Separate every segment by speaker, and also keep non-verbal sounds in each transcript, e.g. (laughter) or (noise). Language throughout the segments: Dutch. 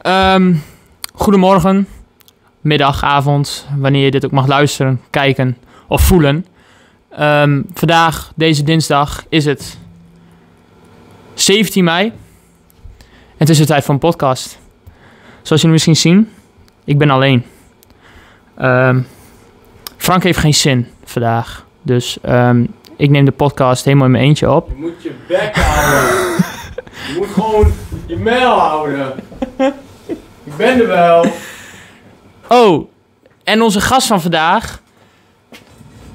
Speaker 1: Ehm, goedemorgen, middag, avond, wanneer je dit ook mag luisteren, kijken of voelen. Ehm, vandaag, deze dinsdag, is het 17 mei. Het is de tijd voor een podcast. Zoals jullie misschien zien, ik ben alleen. Ehm, Frank heeft geen zin vandaag. Dus ehm, ik neem de podcast helemaal in mijn eentje op.
Speaker 2: Je moet je bek houden. je moet gewoon je mijl houden. Ik ben er wel.
Speaker 1: Oh, en onze gast van vandaag,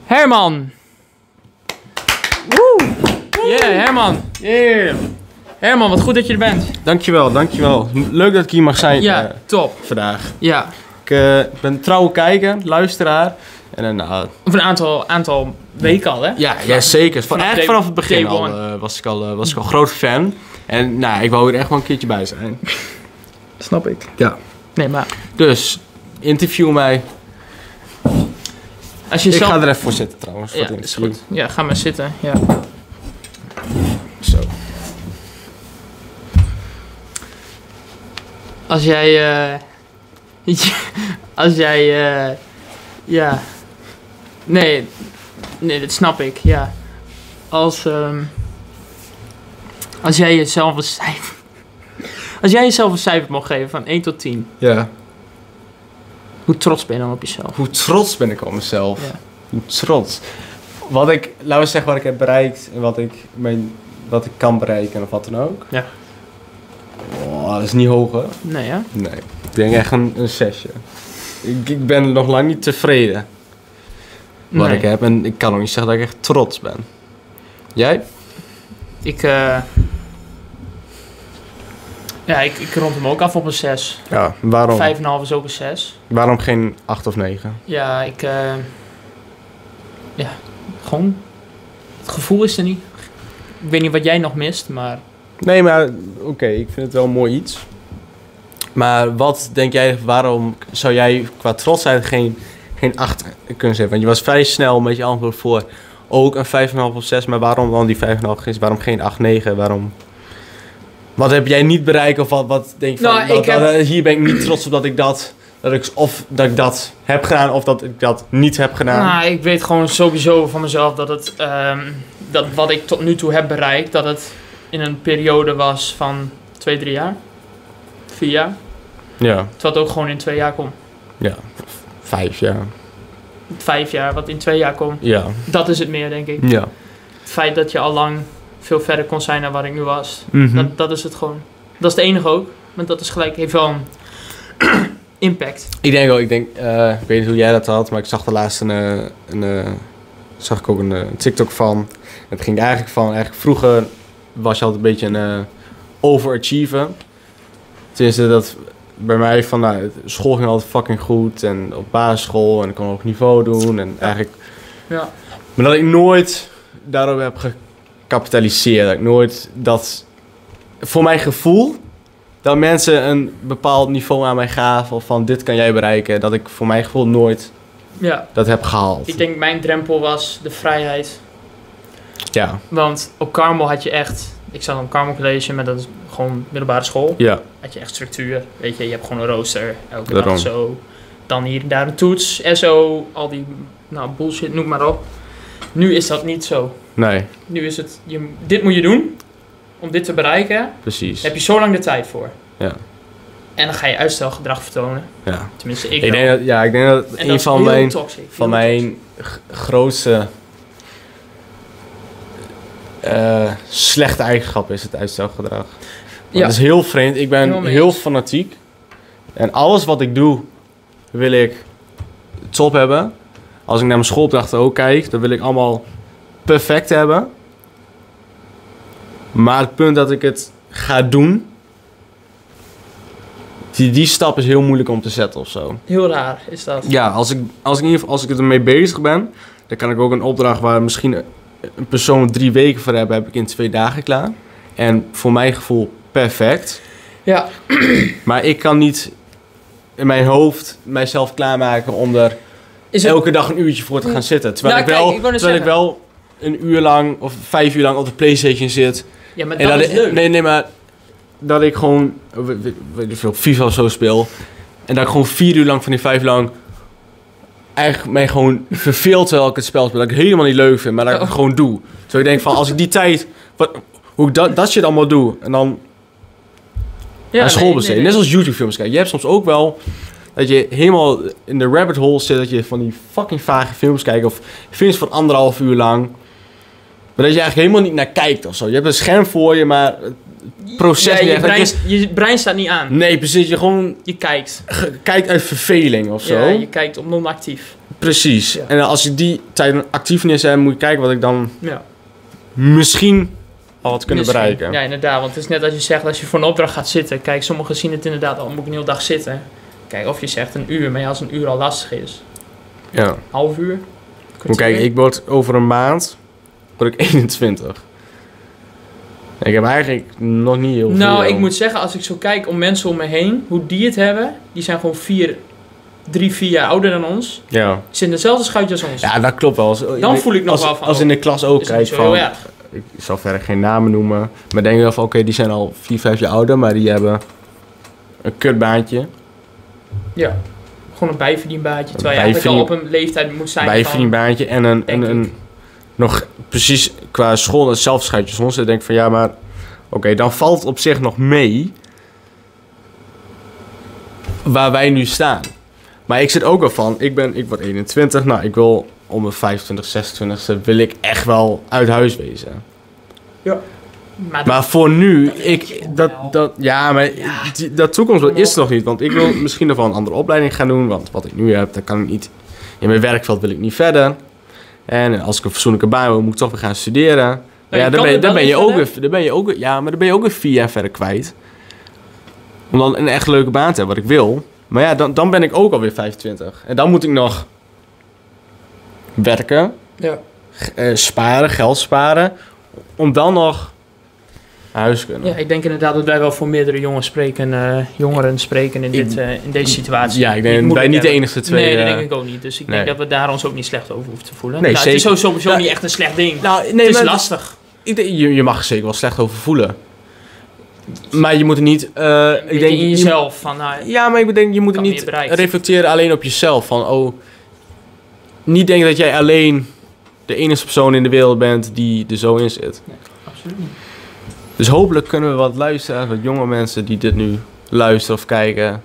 Speaker 1: Herman. Woe! Yeah, Herman.
Speaker 2: Yeah.
Speaker 1: Herman, wat goed dat je er bent.
Speaker 2: Dankjewel, dankjewel. Leuk dat ik hier mag zijn
Speaker 1: Ja,
Speaker 2: eh,
Speaker 1: top.
Speaker 2: vandaag.
Speaker 1: Ja,
Speaker 2: Ik eh, ben een trouwe kijker, luisteraar. En eh, nou,
Speaker 1: of een aantal, aantal weken al, hè?
Speaker 2: ja, ja, zeker. Van,
Speaker 1: Vanaf
Speaker 2: echt
Speaker 1: day-
Speaker 2: vanaf het begin
Speaker 1: day
Speaker 2: al, eh, was, ik al, eh, was ik al groot fan. En nou, ik wou er echt wel een keertje bij zijn.
Speaker 1: Snap ik.
Speaker 2: Ja.
Speaker 1: Nee, maar
Speaker 2: Dus, interview mij.
Speaker 1: als je
Speaker 2: Ik
Speaker 1: zelf...
Speaker 2: ga er even voor zitten trouwens. voor
Speaker 1: Ja,
Speaker 2: het
Speaker 1: is
Speaker 2: interview.
Speaker 1: goed. Ja, ga maar zitten. Ja.
Speaker 2: Zo.
Speaker 1: Als jij... (laughs) eh, als jij... eh, ja. Nee. Nee, dat snap ik, ja. Als... ehm, als jij jezelf een cijfer... (laughs) Als jij jezelf een cijfer mocht geven van 1 tot 10.
Speaker 2: Ja.
Speaker 1: Hoe trots ben je dan op jezelf?
Speaker 2: Hoe trots ben ik op mezelf?
Speaker 1: Ja.
Speaker 2: Hoe trots. Wat ik, laten we zeggen wat ik heb bereikt en wat ik, mijn, wat ik kan bereiken of wat dan ook.
Speaker 1: Ja.
Speaker 2: Oh, dat is niet hoger.
Speaker 1: Nee, hè?
Speaker 2: Nee, ik denk echt een, een zesje. Ik, ik ben nog lang niet tevreden wat
Speaker 1: Nee.
Speaker 2: ik heb en ik kan ook niet zeggen dat ik echt trots ben. Jij?
Speaker 1: Ik... eh, ja, ik, ik rond hem ook af op een 6.
Speaker 2: Ja, waarom?
Speaker 1: 5,5 is ook een 6.
Speaker 2: Waarom geen acht of negen?
Speaker 1: Ja, ik. eh, ja, gewoon. Het gevoel is er niet. Ik weet niet wat jij nog mist, maar.
Speaker 2: Nee, maar oké, ik vind het wel een mooi iets. Maar wat denk jij, waarom zou jij qua trotsheid geen, geen 8 kunnen zetten? Want je was vrij snel met je antwoord voor ook een 5,5 of 6. Maar waarom dan die 5,5 is? Waarom geen 8, 9? Waarom? Wat heb jij niet bereikt of wat, wat denk je van,
Speaker 1: Nou,
Speaker 2: wat-
Speaker 1: ik heb-
Speaker 2: wat- hier ben ik niet trots op dat ik dat, dat ik, of dat ik dat heb gedaan of dat ik dat niet heb gedaan.
Speaker 1: Nou, ik weet gewoon sowieso van mezelf dat het. ehm, dat wat ik tot nu toe heb bereikt, dat het in een periode was van 2, 3 jaar. 4 jaar.
Speaker 2: Ja,
Speaker 1: Terwijl het ook gewoon in 2 jaar komt.
Speaker 2: ja. 5, ja.
Speaker 1: 5 jaar, wat in 2 jaar komt.
Speaker 2: Ja,
Speaker 1: Dat is het meer, denk ik.
Speaker 2: ja.
Speaker 1: Het feit dat je al lang veel verder kon zijn dan waar ik nu was.
Speaker 2: Mhm.
Speaker 1: Dat, dat is het gewoon. Dat is het enige ook. Want dat is gelijk, heeft wel een (clears throat) impact.
Speaker 2: Ik denk wel, ik denk, eh, ik weet niet hoe jij dat had, maar ik zag de laatste een, eh, een, eh, zag ik ook een, eh, een TikTok van. Het ging eigenlijk van, eigenlijk vroeger was je altijd een beetje een eh, overachiever. Tenminste, dat bij mij van, nou, school ging altijd fucking goed en op basisschool en ik kon ook niveau doen en eigenlijk.
Speaker 1: Ja.
Speaker 2: Maar dat ik nooit daarop heb gecapitaliseerd, dat ik nooit dat, voor mijn gevoel, dat mensen een bepaald niveau aan mij gaven of van dit kan jij bereiken, dat ik voor mijn gevoel nooit
Speaker 1: Ja,
Speaker 2: dat heb gehaald.
Speaker 1: ik denk mijn drempel was de vrijheid.
Speaker 2: Ja,
Speaker 1: Want op Carmel had je echt... Ik zat op Carmel College, maar dat is gewoon middelbare school.
Speaker 2: ja,
Speaker 1: Had je echt structuur. Weet je, je hebt gewoon een rooster. Elke
Speaker 2: Daarom.
Speaker 1: dag zo. Dan hier en daar een toets. SO, al die nou, bullshit, noem maar op. Nu is dat niet zo.
Speaker 2: nee,
Speaker 1: Nu is het, je, dit moet je doen. Om dit te bereiken,
Speaker 2: precies.
Speaker 1: daar heb je zo lang de tijd voor.
Speaker 2: Ja.
Speaker 1: En dan ga je uitstelgedrag vertonen.
Speaker 2: Ja.
Speaker 1: Tenminste, ik,
Speaker 2: Ik,
Speaker 1: wel.
Speaker 2: denk dat, ja, ik denk dat
Speaker 1: En
Speaker 2: een
Speaker 1: dat is
Speaker 2: van
Speaker 1: heel
Speaker 2: mijn,
Speaker 1: toxic,
Speaker 2: van
Speaker 1: heel
Speaker 2: mijn g- grootste eh, slechte eigenschap is het uitstelgedrag.
Speaker 1: Ja.
Speaker 2: Ja. Dat is heel vreemd. Ik ben
Speaker 1: Heel
Speaker 2: heel,
Speaker 1: mee eens.
Speaker 2: fanatiek. En alles wat ik doe, wil ik top hebben. Als ik naar mijn schoolopdrachten ook kijk, dan wil ik allemaal perfect hebben. Maar het punt dat ik het ga doen, die, die stap is heel moeilijk om te zetten of zo.
Speaker 1: Heel raar is dat.
Speaker 2: Ja, als ik, als ik, in ieder geval, als ik ermee bezig ben, dan kan ik ook een opdracht waar misschien een persoon drie weken voor hebben, heb ik in twee dagen klaar. En voor mijn gevoel perfect.
Speaker 1: Ja,
Speaker 2: Maar ik kan niet in mijn hoofd mijzelf klaarmaken om er
Speaker 1: is het,
Speaker 2: elke dag een uurtje voor te gaan zitten. Terwijl,
Speaker 1: Nou,
Speaker 2: ik, wel,
Speaker 1: kijk, ik wou net
Speaker 2: terwijl ik wel een uur lang of vijf uur lang op de Playstation zit.
Speaker 1: ja maar
Speaker 2: en
Speaker 1: dat
Speaker 2: dan-
Speaker 1: is leuk.
Speaker 2: Nee, nee, maar dat ik gewoon, eh, we- we- weet ik veel, FIFA of zo speel. En dat ik gewoon vier uur lang van die vijf lang eigenlijk mij gewoon verveelt terwijl ik het spel speel. Dat ik het helemaal niet leuk vind, maar dat ik het
Speaker 1: Oh.
Speaker 2: gewoon doe. Zo ik denk van, als ik die tijd, wat, hoe ik dat, dat shit allemaal doe. En dan aan school
Speaker 1: nee,
Speaker 2: besteed.
Speaker 1: nee,
Speaker 2: Net
Speaker 1: nee.
Speaker 2: als YouTube-films kijken. Je hebt soms ook wel dat je helemaal in de rabbit hole zit. Dat je van die fucking vage films kijkt. Of films van anderhalf uur lang. Maar dat je eigenlijk helemaal niet naar kijkt of zo. Je hebt een scherm voor je, maar... proces
Speaker 1: Ja,
Speaker 2: niet
Speaker 1: je,
Speaker 2: echt.
Speaker 1: brein,
Speaker 2: Dat
Speaker 1: je brein staat niet aan.
Speaker 2: Nee, precies. Je gewoon
Speaker 1: Je kijkt.
Speaker 2: ge- kijkt uit verveling of zo.
Speaker 1: Ja, je kijkt op non-actief.
Speaker 2: Precies.
Speaker 1: Ja.
Speaker 2: En als je die tijd dan actief neerzet, moet je kijken wat ik dan
Speaker 1: Ja,
Speaker 2: misschien al wat kunnen
Speaker 1: misschien.
Speaker 2: bereiken.
Speaker 1: Ja, inderdaad. Want het is net als je zegt, als je voor een opdracht gaat zitten. Kijk, sommigen zien het inderdaad al, moet ik een hele dag zitten. Kijk, of je zegt een uur, maar ja, als een uur al lastig is.
Speaker 2: Ja.
Speaker 1: Half uur?
Speaker 2: Moet
Speaker 1: kwartier?
Speaker 2: kijk, ik word over een maand word ik (laughs) 21. En Ik heb eigenlijk nog niet heel veel.
Speaker 1: Nou, ik moet zeggen, als ik zo kijk om mensen om me heen, hoe die het hebben, die zijn gewoon vier, drie, vier jaar ouder dan ons. Die
Speaker 2: Ja.
Speaker 1: zitten in hetzelfde schuitje als ons.
Speaker 2: ja, dat klopt wel. Als-
Speaker 1: Dan voel ik nog
Speaker 2: als,
Speaker 1: wel van, oh,
Speaker 2: Als in de klas ook
Speaker 1: is het niet
Speaker 2: kijk
Speaker 1: zo heel
Speaker 2: van...
Speaker 1: erg.
Speaker 2: Ik zal verder geen namen noemen. Maar denk wel van, oké, die zijn al 4, 5 jaar ouder, maar die hebben een kutbaantje.
Speaker 1: Ja. Gewoon een bijverdienbaantje. Terwijl je
Speaker 2: Een
Speaker 1: eigenlijk al op een leeftijd moet zijn.
Speaker 2: bij een
Speaker 1: van-
Speaker 2: vriendbaantje en een, en
Speaker 1: Denk
Speaker 2: een nog precies qua school hetzelfde schuitje soms. Dan denk ik van ja, maar oké, dan valt het op zich nog mee waar wij nu staan. Maar ik zit ook wel van, ik ben, ik word 21, nou ik wil om mijn 25, 26 wil ik echt wel uit huis wezen.
Speaker 1: Maar,
Speaker 2: Maar voor nu, ik, dat, dat, ja, maar die- dat toekomstbeeld is er nog niet. Want ik wil misschien nog wel een andere opleiding gaan doen. Want wat ik nu heb, dat kan ik niet. In mijn werkveld wil ik niet verder. En als ik een fatsoenlijke baan wil, moet ik toch weer gaan studeren. Maar
Speaker 1: je
Speaker 2: ja,
Speaker 1: kan
Speaker 2: dan ben, je-
Speaker 1: er
Speaker 2: dan
Speaker 1: wel
Speaker 2: ben je
Speaker 1: in
Speaker 2: ook
Speaker 1: verder.
Speaker 2: weer, dan ben je ook weer- ja, maar dan ben je ook weer vier jaar verder kwijt. Om dan een echt leuke baan te hebben, wat ik wil. Maar ja, dan, dan ben ik ook alweer 25. En dan moet ik nog werken
Speaker 1: ja.
Speaker 2: eh, sparen, geld sparen. Om dan nog naar huis te kunnen.
Speaker 1: ja, ik denk inderdaad dat wij wel voor meerdere jongens spreken, eh, jongeren spreken in,
Speaker 2: Ik-
Speaker 1: dit, eh, in deze situatie.
Speaker 2: Ja, ik
Speaker 1: Die
Speaker 2: denk
Speaker 1: het
Speaker 2: dat wij
Speaker 1: moeilijk
Speaker 2: niet de
Speaker 1: hebben.
Speaker 2: enige twee.
Speaker 1: Nee, dat
Speaker 2: eh,
Speaker 1: denk ik ook niet. Dus ik
Speaker 2: nee.
Speaker 1: denk dat we daar ons ook niet slecht over hoeven te voelen.
Speaker 2: Nee,
Speaker 1: nou, Het
Speaker 2: zeker.
Speaker 1: is sowieso
Speaker 2: Ja.
Speaker 1: niet echt een slecht ding.
Speaker 2: Nou, nee,
Speaker 1: het is
Speaker 2: maar
Speaker 1: lastig.
Speaker 2: ik denk- je, je mag er zeker wel slecht over voelen. Maar je moet er niet. eh, ik denk
Speaker 1: in
Speaker 2: je-
Speaker 1: jezelf van, nou,
Speaker 2: Ja, maar ik denk je moet er
Speaker 1: Kan
Speaker 2: niet
Speaker 1: meer bereikt.
Speaker 2: reflecteren alleen op jezelf. Van oh. Niet denken dat jij alleen de enige persoon in de wereld bent die er zo in zit.
Speaker 1: absoluut niet.
Speaker 2: Dus hopelijk kunnen we wat luisteren. Wat jonge mensen die dit nu luisteren of kijken.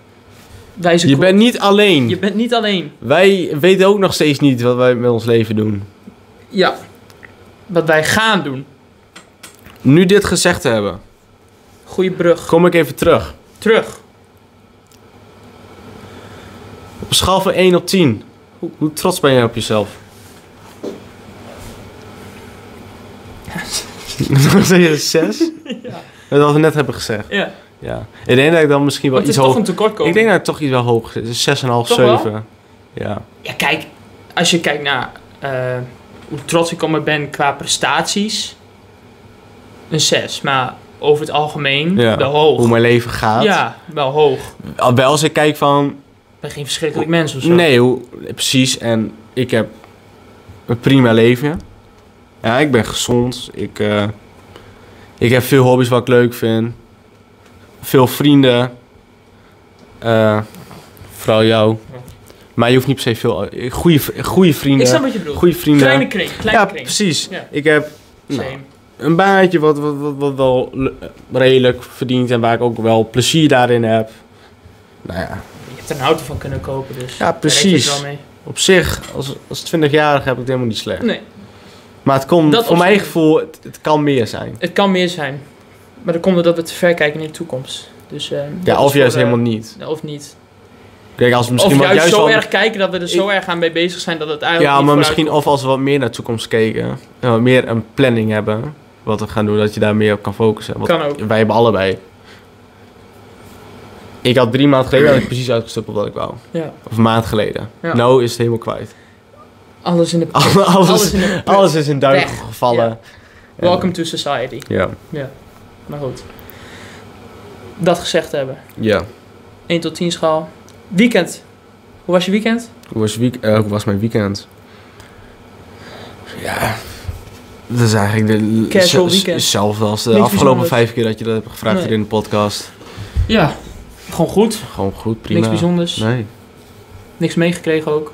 Speaker 1: Wijze
Speaker 2: Je
Speaker 1: ko-
Speaker 2: bent niet alleen.
Speaker 1: je bent niet alleen.
Speaker 2: Wij weten ook nog steeds niet wat wij met ons leven doen.
Speaker 1: Ja. Wat wij gaan doen.
Speaker 2: Nu dit gezegd te hebben,
Speaker 1: Goeie brug.
Speaker 2: kom ik even terug.
Speaker 1: Terug.
Speaker 2: Op een schaal van 1 op 10. Hoe, hoe trots ben jij op jezelf? (laughs) Zeg je 6? Dat wat we net hebben gezegd.
Speaker 1: Ja.
Speaker 2: Ja. Ik denk dat ik dan misschien wel
Speaker 1: Want het
Speaker 2: iets
Speaker 1: is toch
Speaker 2: hoger...
Speaker 1: een tekortkoming.
Speaker 2: Ik denk dat ik toch iets wel hoog Dus is. 6,5,
Speaker 1: Toch wel?
Speaker 2: 7. Ja.
Speaker 1: Ja, kijk, als je kijkt naar eh, hoe trots ik op me ben qua prestaties, een 6. Maar over het algemeen
Speaker 2: Ja,
Speaker 1: wel hoog.
Speaker 2: Hoe mijn leven gaat.
Speaker 1: ja, wel hoog.
Speaker 2: Al- Wel als ik kijk van...
Speaker 1: Ik ben geen verschrikkelijk mens of zo.
Speaker 2: Nee, hoe, precies. En ik heb een prima leven. Ja, ik ben gezond. Ik, eh, ik heb veel hobby's wat ik leuk vind. Veel vrienden. Eh, vooral jou. Maar je hoeft niet per se veel... eh, Goede, goede
Speaker 1: Ik snap
Speaker 2: vrienden.
Speaker 1: wat je bedoelt.
Speaker 2: Goede vrienden.
Speaker 1: Kleine kring, kleine
Speaker 2: eh. ja,
Speaker 1: kring.
Speaker 2: precies.
Speaker 1: Ja.
Speaker 2: Ik heb nou,
Speaker 1: Same.
Speaker 2: een baantje wat, wat, wat, wat wel le- redelijk verdient. En waar ik ook wel plezier daarin heb. Nou ja,
Speaker 1: Je hebt er een auto van kunnen kopen, dus
Speaker 2: Ja,
Speaker 1: daar red je het
Speaker 2: precies.
Speaker 1: wel mee.
Speaker 2: Op zich, als, als 20-jarige heb ik het helemaal niet slecht.
Speaker 1: Nee,
Speaker 2: Maar het kon,
Speaker 1: Dat
Speaker 2: voor
Speaker 1: was-
Speaker 2: mijn gevoel, het, het kan meer zijn.
Speaker 1: het kan meer zijn. Maar dan komt het dat we te ver kijken in de toekomst. Dus, eh, dat
Speaker 2: Ja,
Speaker 1: is
Speaker 2: of juist
Speaker 1: voor, eh,
Speaker 2: helemaal niet.
Speaker 1: Of niet.
Speaker 2: Kijk, als we misschien
Speaker 1: of
Speaker 2: wat
Speaker 1: juist, zo
Speaker 2: wel-
Speaker 1: erg kijken dat we er zo erg aan mee bezig zijn dat het eigenlijk
Speaker 2: Ja,
Speaker 1: niet
Speaker 2: maar
Speaker 1: vooruit
Speaker 2: misschien of als we wat meer naar de toekomst keken. En wat meer een planning hebben. Wat we gaan doen, dat je daar meer op kan focussen. Want
Speaker 1: Kan ook.
Speaker 2: wij hebben allebei. Ik had drie maanden geleden had ik precies uitgestuppeld wat ik wou.
Speaker 1: Ja.
Speaker 2: Of een maand geleden.
Speaker 1: Ja.
Speaker 2: Nou is het helemaal kwijt. (laughs)
Speaker 1: Alles in de
Speaker 2: Alles, alles,
Speaker 1: Alles in
Speaker 2: (laughs)
Speaker 1: de
Speaker 2: is in duigen
Speaker 1: Weg.
Speaker 2: gevallen. En-
Speaker 1: Welcome to society.
Speaker 2: Ja.
Speaker 1: Maar goed. Dat gezegd hebben.
Speaker 2: Ja.
Speaker 1: 1 tot 10 schaal. Weekend. Hoe was je weekend?
Speaker 2: Hoe was, week, eh, hoe was mijn weekend? Ja. Dat is eigenlijk de,
Speaker 1: Casual
Speaker 2: z-
Speaker 1: weekend.
Speaker 2: hetzelfde als de
Speaker 1: Niks
Speaker 2: afgelopen
Speaker 1: bijzonders.
Speaker 2: vijf keer dat je dat hebt gevraagd
Speaker 1: Nee.
Speaker 2: hier in de podcast.
Speaker 1: Ja, gewoon goed.
Speaker 2: Gewoon goed, prima.
Speaker 1: Niks bijzonders.
Speaker 2: Nee.
Speaker 1: Niks meegekregen ook.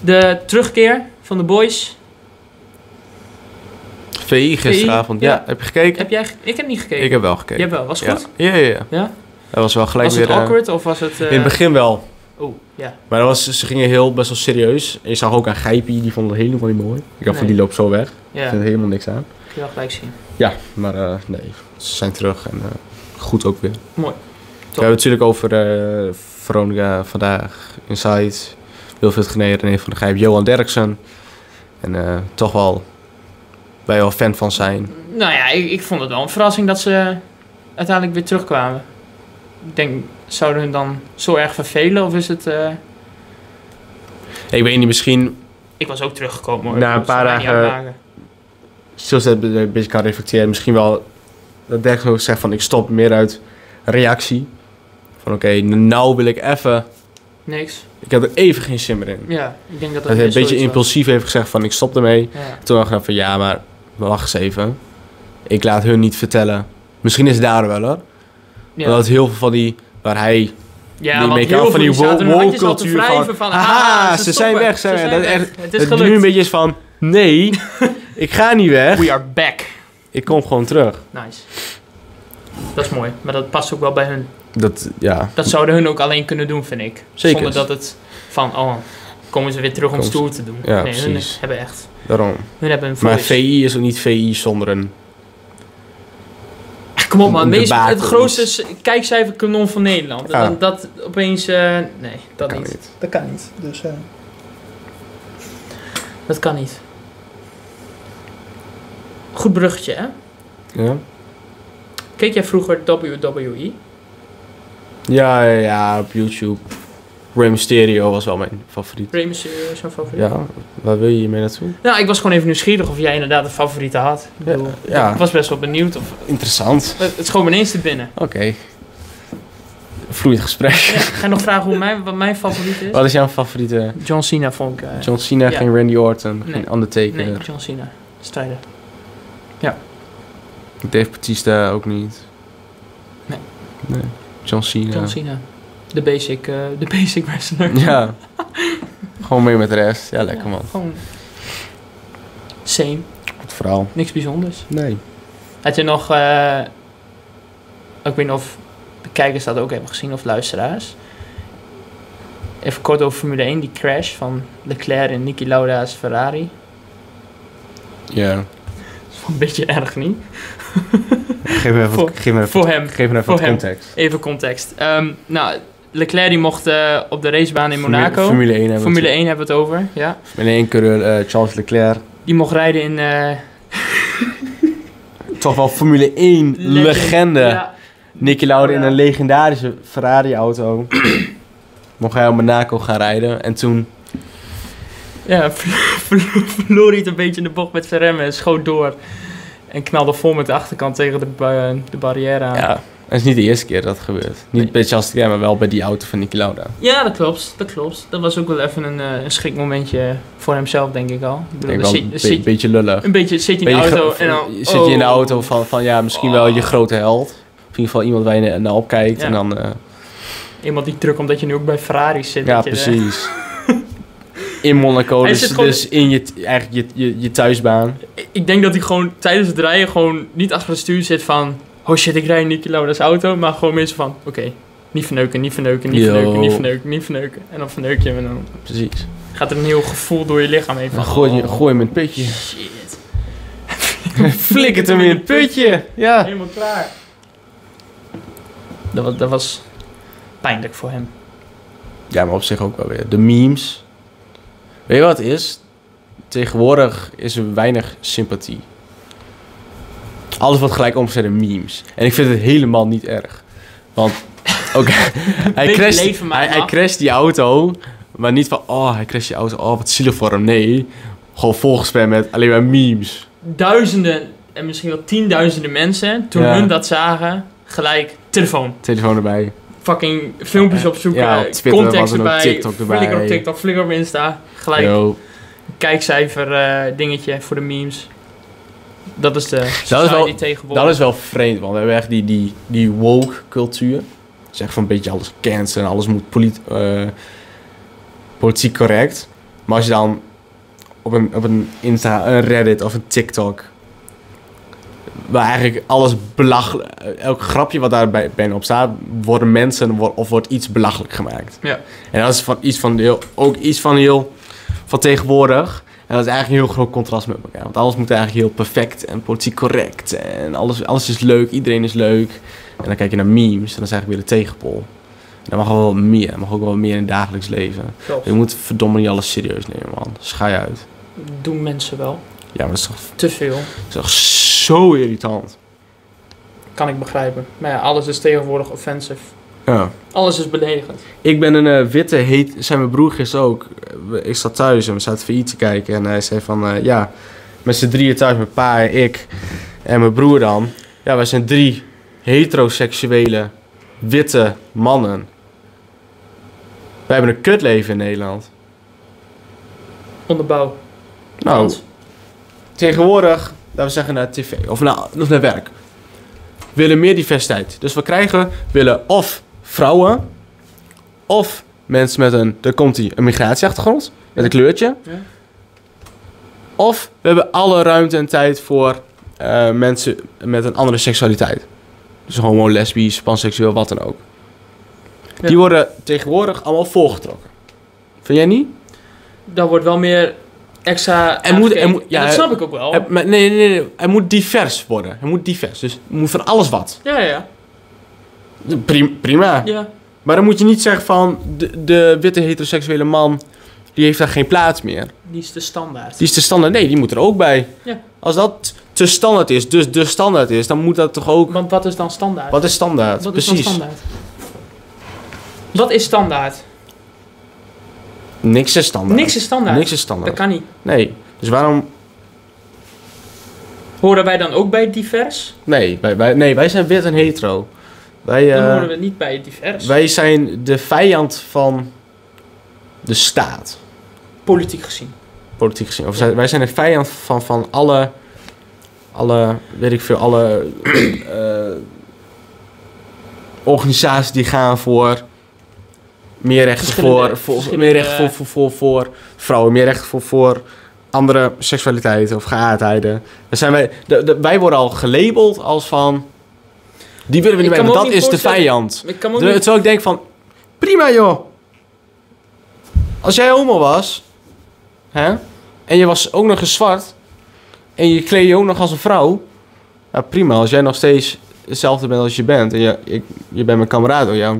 Speaker 1: De terugkeer van de boys.
Speaker 2: VI gisteravond,
Speaker 1: VI,
Speaker 2: ja.
Speaker 1: ja.
Speaker 2: Heb je gekeken?
Speaker 1: Heb jij... ge- Ik heb niet gekeken.
Speaker 2: Ik heb wel
Speaker 1: Je
Speaker 2: gekeken.
Speaker 1: hebt wel. Was het goed?
Speaker 2: Ja, ja, ja.
Speaker 1: Ja?
Speaker 2: Dat was wel gelijk
Speaker 1: was
Speaker 2: weer...
Speaker 1: het
Speaker 2: eh,
Speaker 1: awkward of was het... eh,
Speaker 2: in het begin wel.
Speaker 1: Oeh, ja.
Speaker 2: Maar dat was, ze gingen heel best wel serieus. En je zag ook aan Gijpie, die vond het helemaal niet mooi. Ik dacht van,
Speaker 1: Nee.
Speaker 2: die loopt zo weg. Ik
Speaker 1: Ja,
Speaker 2: vind er helemaal niks aan.
Speaker 1: kun je wel gelijk zien.
Speaker 2: Ja, maar eh, nee. Ze zijn terug en eh, goed ook weer.
Speaker 1: Mooi.
Speaker 2: We hebben het natuurlijk over eh, Veronica vandaag, Inside, Wilfried Gené, René van der Gijp, Johan Derksen. En eh, toch wel, wij wel fan van zijn.
Speaker 1: Nou ja, ik, ik vond het wel een verrassing dat ze uiteindelijk weer terugkwamen. Ik denk, zouden hun dan zo erg vervelen of is het... eh,
Speaker 2: Ik weet niet, misschien
Speaker 1: Ik was ook teruggekomen hoor.
Speaker 2: Na een
Speaker 1: Dat was
Speaker 2: paar
Speaker 1: mij niet
Speaker 2: dagen- eh,
Speaker 1: uitmaken.
Speaker 2: zoals dat een beetje kan reflecteren. Misschien wel dat Derksen ook zegt van ik stop meer uit reactie. Van oké, nou wil ik even,
Speaker 1: Niks.
Speaker 2: ik heb er even geen zin meer in.
Speaker 1: Ja, ik denk dat
Speaker 2: Dat
Speaker 1: dat
Speaker 2: hij
Speaker 1: net
Speaker 2: een beetje
Speaker 1: zoiets was.
Speaker 2: impulsief heeft gezegd van ik stop ermee.
Speaker 1: Ja.
Speaker 2: Toen dacht ik van ja, maar wacht eens even. Ik laat hun niet vertellen. Misschien is het daar wel hoor.
Speaker 1: Ja.
Speaker 2: Omdat heel veel van die, waar hij...
Speaker 1: ja,
Speaker 2: die
Speaker 1: want
Speaker 2: make-up
Speaker 1: heel
Speaker 2: van
Speaker 1: veel
Speaker 2: die
Speaker 1: zaten hun
Speaker 2: woke
Speaker 1: handjes al te
Speaker 2: cultuur
Speaker 1: wrijven van,
Speaker 2: van, "Haha,
Speaker 1: ah,
Speaker 2: ze zijn
Speaker 1: stoppen,
Speaker 2: weg, zijn
Speaker 1: ze
Speaker 2: we." Dat is echt-
Speaker 1: Het is
Speaker 2: Het
Speaker 1: gelukt.
Speaker 2: nu een beetje is van, nee, ik ga niet weg.
Speaker 1: We are back.
Speaker 2: Ik kom gewoon terug.
Speaker 1: Nice. Dat is mooi, maar dat past ook wel bij hun.
Speaker 2: Dat, ja.
Speaker 1: Dat zouden hun ook alleen kunnen doen, vind ik.
Speaker 2: Zeker.
Speaker 1: Zonder dat het van, oh, komen ze weer terug om
Speaker 2: Komen ze-
Speaker 1: stoer te doen.
Speaker 2: Ja,
Speaker 1: nee,
Speaker 2: precies.
Speaker 1: hun hebben echt,
Speaker 2: Daarom.
Speaker 1: hun hebben een
Speaker 2: Maar
Speaker 1: voice.
Speaker 2: VI is ook niet VI zonder een...
Speaker 1: Echt, Kom op man,
Speaker 2: een
Speaker 1: wees
Speaker 2: debakel,
Speaker 1: het grootste s- kijkcijferkanon van Nederland.
Speaker 2: Ja.
Speaker 1: En Dat, dat opeens, eh, nee, dat
Speaker 2: Ah. Kan
Speaker 1: niet.
Speaker 2: niet.
Speaker 3: Dat kan niet. Dus eh,
Speaker 1: Dat kan niet. Goed bruggetje, hè?
Speaker 2: Ja?
Speaker 1: Keek jij vroeger E? WWE?
Speaker 2: Ja, ja, ja, op YouTube. Rey Mysterio was wel mijn favoriet.
Speaker 1: Rey Mysterio eh, is jouw favoriet?
Speaker 2: Ja, waar wil je hiermee naartoe?
Speaker 1: Nou, ik was gewoon even nieuwsgierig of jij inderdaad een favoriete had. Ik, bedoel,
Speaker 2: ja.
Speaker 1: ik was best wel benieuwd. Of,
Speaker 2: Interessant.
Speaker 1: het schoot me ineens te binnen.
Speaker 2: Oké. Vloeiend gesprek.
Speaker 1: Ja, ga je nog vragen hoe mijn, wat mijn favoriet is?
Speaker 2: Wat is jouw favoriete?
Speaker 1: John Cena vond ik... eh,
Speaker 2: John Cena,
Speaker 1: Ja.
Speaker 2: geen Randy Orton,
Speaker 1: Nee.
Speaker 2: geen Undertaker.
Speaker 1: nee, John Cena. Strijder.
Speaker 2: Dave Bautista ook niet.
Speaker 1: Nee.
Speaker 2: Nee. John Cena.
Speaker 1: John Cena. De basic, eh, de basic wrestler.
Speaker 2: (laughs) Ja. Gewoon mee met de rest. Ja, lekker
Speaker 1: Ja,
Speaker 2: man.
Speaker 1: Gewoon... Same.
Speaker 2: Goed verhaal.
Speaker 1: Niks bijzonders.
Speaker 2: Nee.
Speaker 1: Had je nog, eh, ik weet niet of de kijkers dat ook hebben gezien of luisteraars. Even kort over Formule 1, die crash van Leclerc en Niki Lauda's Ferrari. (laughs)
Speaker 2: Ja.
Speaker 1: Dat is wel een beetje erg, niet?
Speaker 2: Geef me even,
Speaker 1: Voor-
Speaker 2: geef me even,
Speaker 1: Voor hem,
Speaker 2: geef me even
Speaker 1: voor
Speaker 2: wat
Speaker 1: hem.
Speaker 2: context.
Speaker 1: even context. Ehm, nou, Leclerc die mocht eh, op de racebaan in Monaco.
Speaker 2: Formule,
Speaker 1: Formule,
Speaker 2: 1 hebben we
Speaker 1: 1 hebben we het over, ja.
Speaker 2: het. Formule 1 coureur eh, Charles Leclerc.
Speaker 1: Die mocht rijden in... eh,
Speaker 2: Toch wel Formule 1
Speaker 1: Legend-
Speaker 2: legende.
Speaker 1: ja, Oh,
Speaker 2: Nicky Lauda in
Speaker 1: Ja.
Speaker 2: een legendarische Ferrari
Speaker 1: (clears throat)
Speaker 2: auto. Mocht hij op Monaco gaan rijden. En toen...
Speaker 1: ja ver- (laughs) ver- verloor hij het een beetje in de bocht met zijn remmen en schoot door. En knalde vol met de achterkant tegen de, ba- de barrière aan.
Speaker 2: Ja. Het is niet de eerste keer dat het gebeurt. Niet
Speaker 1: Nee.
Speaker 2: bij Charles Leclerc, maar wel bij die auto van Nicky Lauda.
Speaker 1: Ja, dat klopt. Dat klopt. Dat was ook wel even een, eh, een schrikmomentje voor hemzelf, denk ik al. Ik
Speaker 2: Ik
Speaker 1: bedoel,
Speaker 2: denk
Speaker 1: dan
Speaker 2: wel
Speaker 1: zit- dan
Speaker 2: een be-
Speaker 1: zit-
Speaker 2: beetje lullig.
Speaker 1: een beetje zit je in de
Speaker 2: Beetje
Speaker 1: auto
Speaker 2: ge-
Speaker 1: en dan...
Speaker 2: je zit je in de
Speaker 1: oh.
Speaker 2: auto van, van ja, misschien wel je grote held. Of in ieder geval iemand waar je na- naar opkijkt.
Speaker 1: Ja.
Speaker 2: En dan, eh,
Speaker 1: Iemand die druk omdat je nu ook bij Ferrari zit.
Speaker 2: ja,
Speaker 1: dat je de- (laughs)
Speaker 2: precies. In Monaco,
Speaker 1: Hij
Speaker 2: dus,
Speaker 1: zit gewoon-
Speaker 2: dus in je, t- eigenlijk je, je, je thuisbaan.
Speaker 1: Ik- ik denk dat hij gewoon tijdens het rijden gewoon niet achter het stuur zit van... Oh shit, ik rij in Niki Lauda's auto. Maar gewoon meer zo van, oké, niet verneuken, niet verneuken, niet
Speaker 2: Yo.
Speaker 1: verneuken, niet verneuken, niet verneuken. En dan verneuk je hem en dan
Speaker 2: Precies.
Speaker 1: gaat er een heel gevoel door je lichaam heen van...
Speaker 2: Dan gooi je,
Speaker 1: oh,
Speaker 2: gooi hem in het putje. (laughs)
Speaker 1: Shit.
Speaker 2: Flikkert hem in het putje. Ja.
Speaker 1: Helemaal klaar. Dat was, dat was pijnlijk voor hem.
Speaker 2: Ja, maar op zich ook wel weer. De memes. Weet je wat het is? Tegenwoordig is er weinig sympathie. Alles wordt gelijk omgezet in memes. En ik vind het helemaal niet erg. Want (laughs) ook, hij,
Speaker 1: Beetje
Speaker 2: crasht,
Speaker 1: leven maar,
Speaker 2: hij, hij
Speaker 1: man.
Speaker 2: crasht die auto. Maar niet van, oh, hij crasht die auto. Oh, wat zielig voor hem. Nee, gewoon volgespamd met alleen maar memes.
Speaker 1: duizenden en misschien wel tienduizenden mensen, toen
Speaker 2: Ja.
Speaker 1: hun dat zagen, gelijk telefoon.
Speaker 2: Telefoon erbij.
Speaker 1: Fucking filmpjes
Speaker 2: Ja,
Speaker 1: opzoeken, Eh,
Speaker 2: ja, op Twitter, wat
Speaker 1: context
Speaker 2: dan ook,
Speaker 1: erbij,
Speaker 2: TikTok erbij.
Speaker 1: flikker op TikTok, flikker op Insta. Gelijk
Speaker 2: Yo.
Speaker 1: kijkcijfer eh, dingetje voor de memes. Dat is de
Speaker 2: Dat is wel-
Speaker 1: society tegenwoordig.
Speaker 2: Dat is wel vreemd, want we hebben echt die, die, die woke cultuur. Zeg van een beetje alles kent en alles moet polit- eh, politiek correct. Maar als je dan op een, op een Insta, een Reddit of een TikTok... Waar eigenlijk alles belachelijk... Elk grapje wat daarbij bijna op staat, worden mensen wo- of wordt iets belachelijk gemaakt.
Speaker 1: Ja.
Speaker 2: En dat is van iets van heel, ook iets van heel van tegenwoordig. En dat is eigenlijk een heel groot contrast met elkaar. Want alles moet eigenlijk heel perfect en politiek correct. En alles, alles is leuk, iedereen is leuk. En dan kijk je naar memes en dat is eigenlijk weer de tegenpol. En dan mag wel wat meer. Dat mag ook wel wat meer in het dagelijks leven.
Speaker 1: Klopt.
Speaker 2: Je moet verdomme niet alles serieus nemen, man. Schaai uit.
Speaker 1: Doen mensen wel.
Speaker 2: Ja, maar dat is toch,
Speaker 1: Te veel.
Speaker 2: dat is toch zo irritant.
Speaker 1: Kan ik begrijpen. Maar ja, alles is tegenwoordig offensive.
Speaker 2: Ja.
Speaker 1: Alles is beledigend.
Speaker 2: Ik ben een eh, witte heet, zei mijn broer gisteren ook. Eh, we- Ik zat thuis en we zaten VI te kijken. En hij zei van, eh, ja, met z'n drieën thuis, mijn pa en ik en mijn broer dan. Ja, wij zijn drie heteroseksuele witte mannen. Wij hebben een kutleven in Nederland.
Speaker 1: Onderbouw.
Speaker 2: Nou,
Speaker 1: Want
Speaker 2: tegenwoordig, laten we zeggen naar tv of naar, of naar werk. We willen meer diversiteit. Dus we krijgen, we willen of vrouwen, of mensen met een, daar komt ie, een migratieachtergrond, met een kleurtje.
Speaker 1: Ja.
Speaker 2: Of we hebben alle ruimte en tijd voor eh, mensen met een andere seksualiteit. Dus homo, lesbisch, panseksueel, wat dan ook.
Speaker 1: Ja.
Speaker 2: Die worden tegenwoordig allemaal volgetrokken. Vind jij niet?
Speaker 1: Daar wordt wel meer extra
Speaker 2: Er moet-
Speaker 1: aangekeken.
Speaker 2: er moet- ja,
Speaker 1: Dat
Speaker 2: er-
Speaker 1: snap ik ook wel.
Speaker 2: Het- maar nee, nee, nee, het moet divers worden. Het moet divers. Dus het moet van alles wat.
Speaker 1: Ja, ja,
Speaker 2: Prim- prima.
Speaker 1: ja.
Speaker 2: Maar dan moet je niet zeggen van de, de witte heteroseksuele man, die heeft daar geen plaats meer.
Speaker 1: Die is de standaard.
Speaker 2: Die is de standaard. Nee, die moet er ook bij.
Speaker 1: Ja.
Speaker 2: Als dat te standaard is, dus de standaard is, dan moet dat toch ook.
Speaker 1: Want wat is dan standaard?
Speaker 2: Wat is standaard?
Speaker 1: Wat is dan
Speaker 2: Precies.
Speaker 1: standaard? Wat is standaard?
Speaker 2: Niks is standaard.
Speaker 1: Niks is standaard.
Speaker 2: Niks is standaard.
Speaker 1: Dat kan niet.
Speaker 2: Nee. Dus waarom.
Speaker 1: Horen wij dan ook bij divers?
Speaker 2: Nee wij, wij, nee, wij zijn wit en hetero. Wij,
Speaker 1: Dan
Speaker 2: eh,
Speaker 1: horen we niet bij divers.
Speaker 2: wij zijn de vijand van de staat.
Speaker 1: Politiek gezien.
Speaker 2: politiek gezien. Of zij- wij zijn een vijand van, van alle, alle, weet ik veel, alle (clears throat) eh, organisaties die gaan voor meer rechten
Speaker 1: Verschillende-
Speaker 2: voor, voor,
Speaker 1: verschillende- eh,
Speaker 2: meer rechten voor, voor, voor, voor vrouwen, meer rechten voor, voor andere seksualiteiten of geaardheden. Dan zijn wij, de- de- wij worden al gelabeld als van, die willen we niet
Speaker 1: Ik
Speaker 2: bij,
Speaker 1: kan me
Speaker 2: want
Speaker 1: ook
Speaker 2: dat
Speaker 1: niet
Speaker 2: is de
Speaker 1: voorstellen-
Speaker 2: vijand.
Speaker 1: Ik kan me ook
Speaker 2: Ter-
Speaker 1: niet...
Speaker 2: Terwijl ik denk van, prima joh. Als jij homo was, hè, en je was ook nog eens zwart, en je kleed je ook nog als een vrouw, nou prima, als jij nog steeds hetzelfde bent als je bent, en je, ik, je bent mijn kameraad door jouw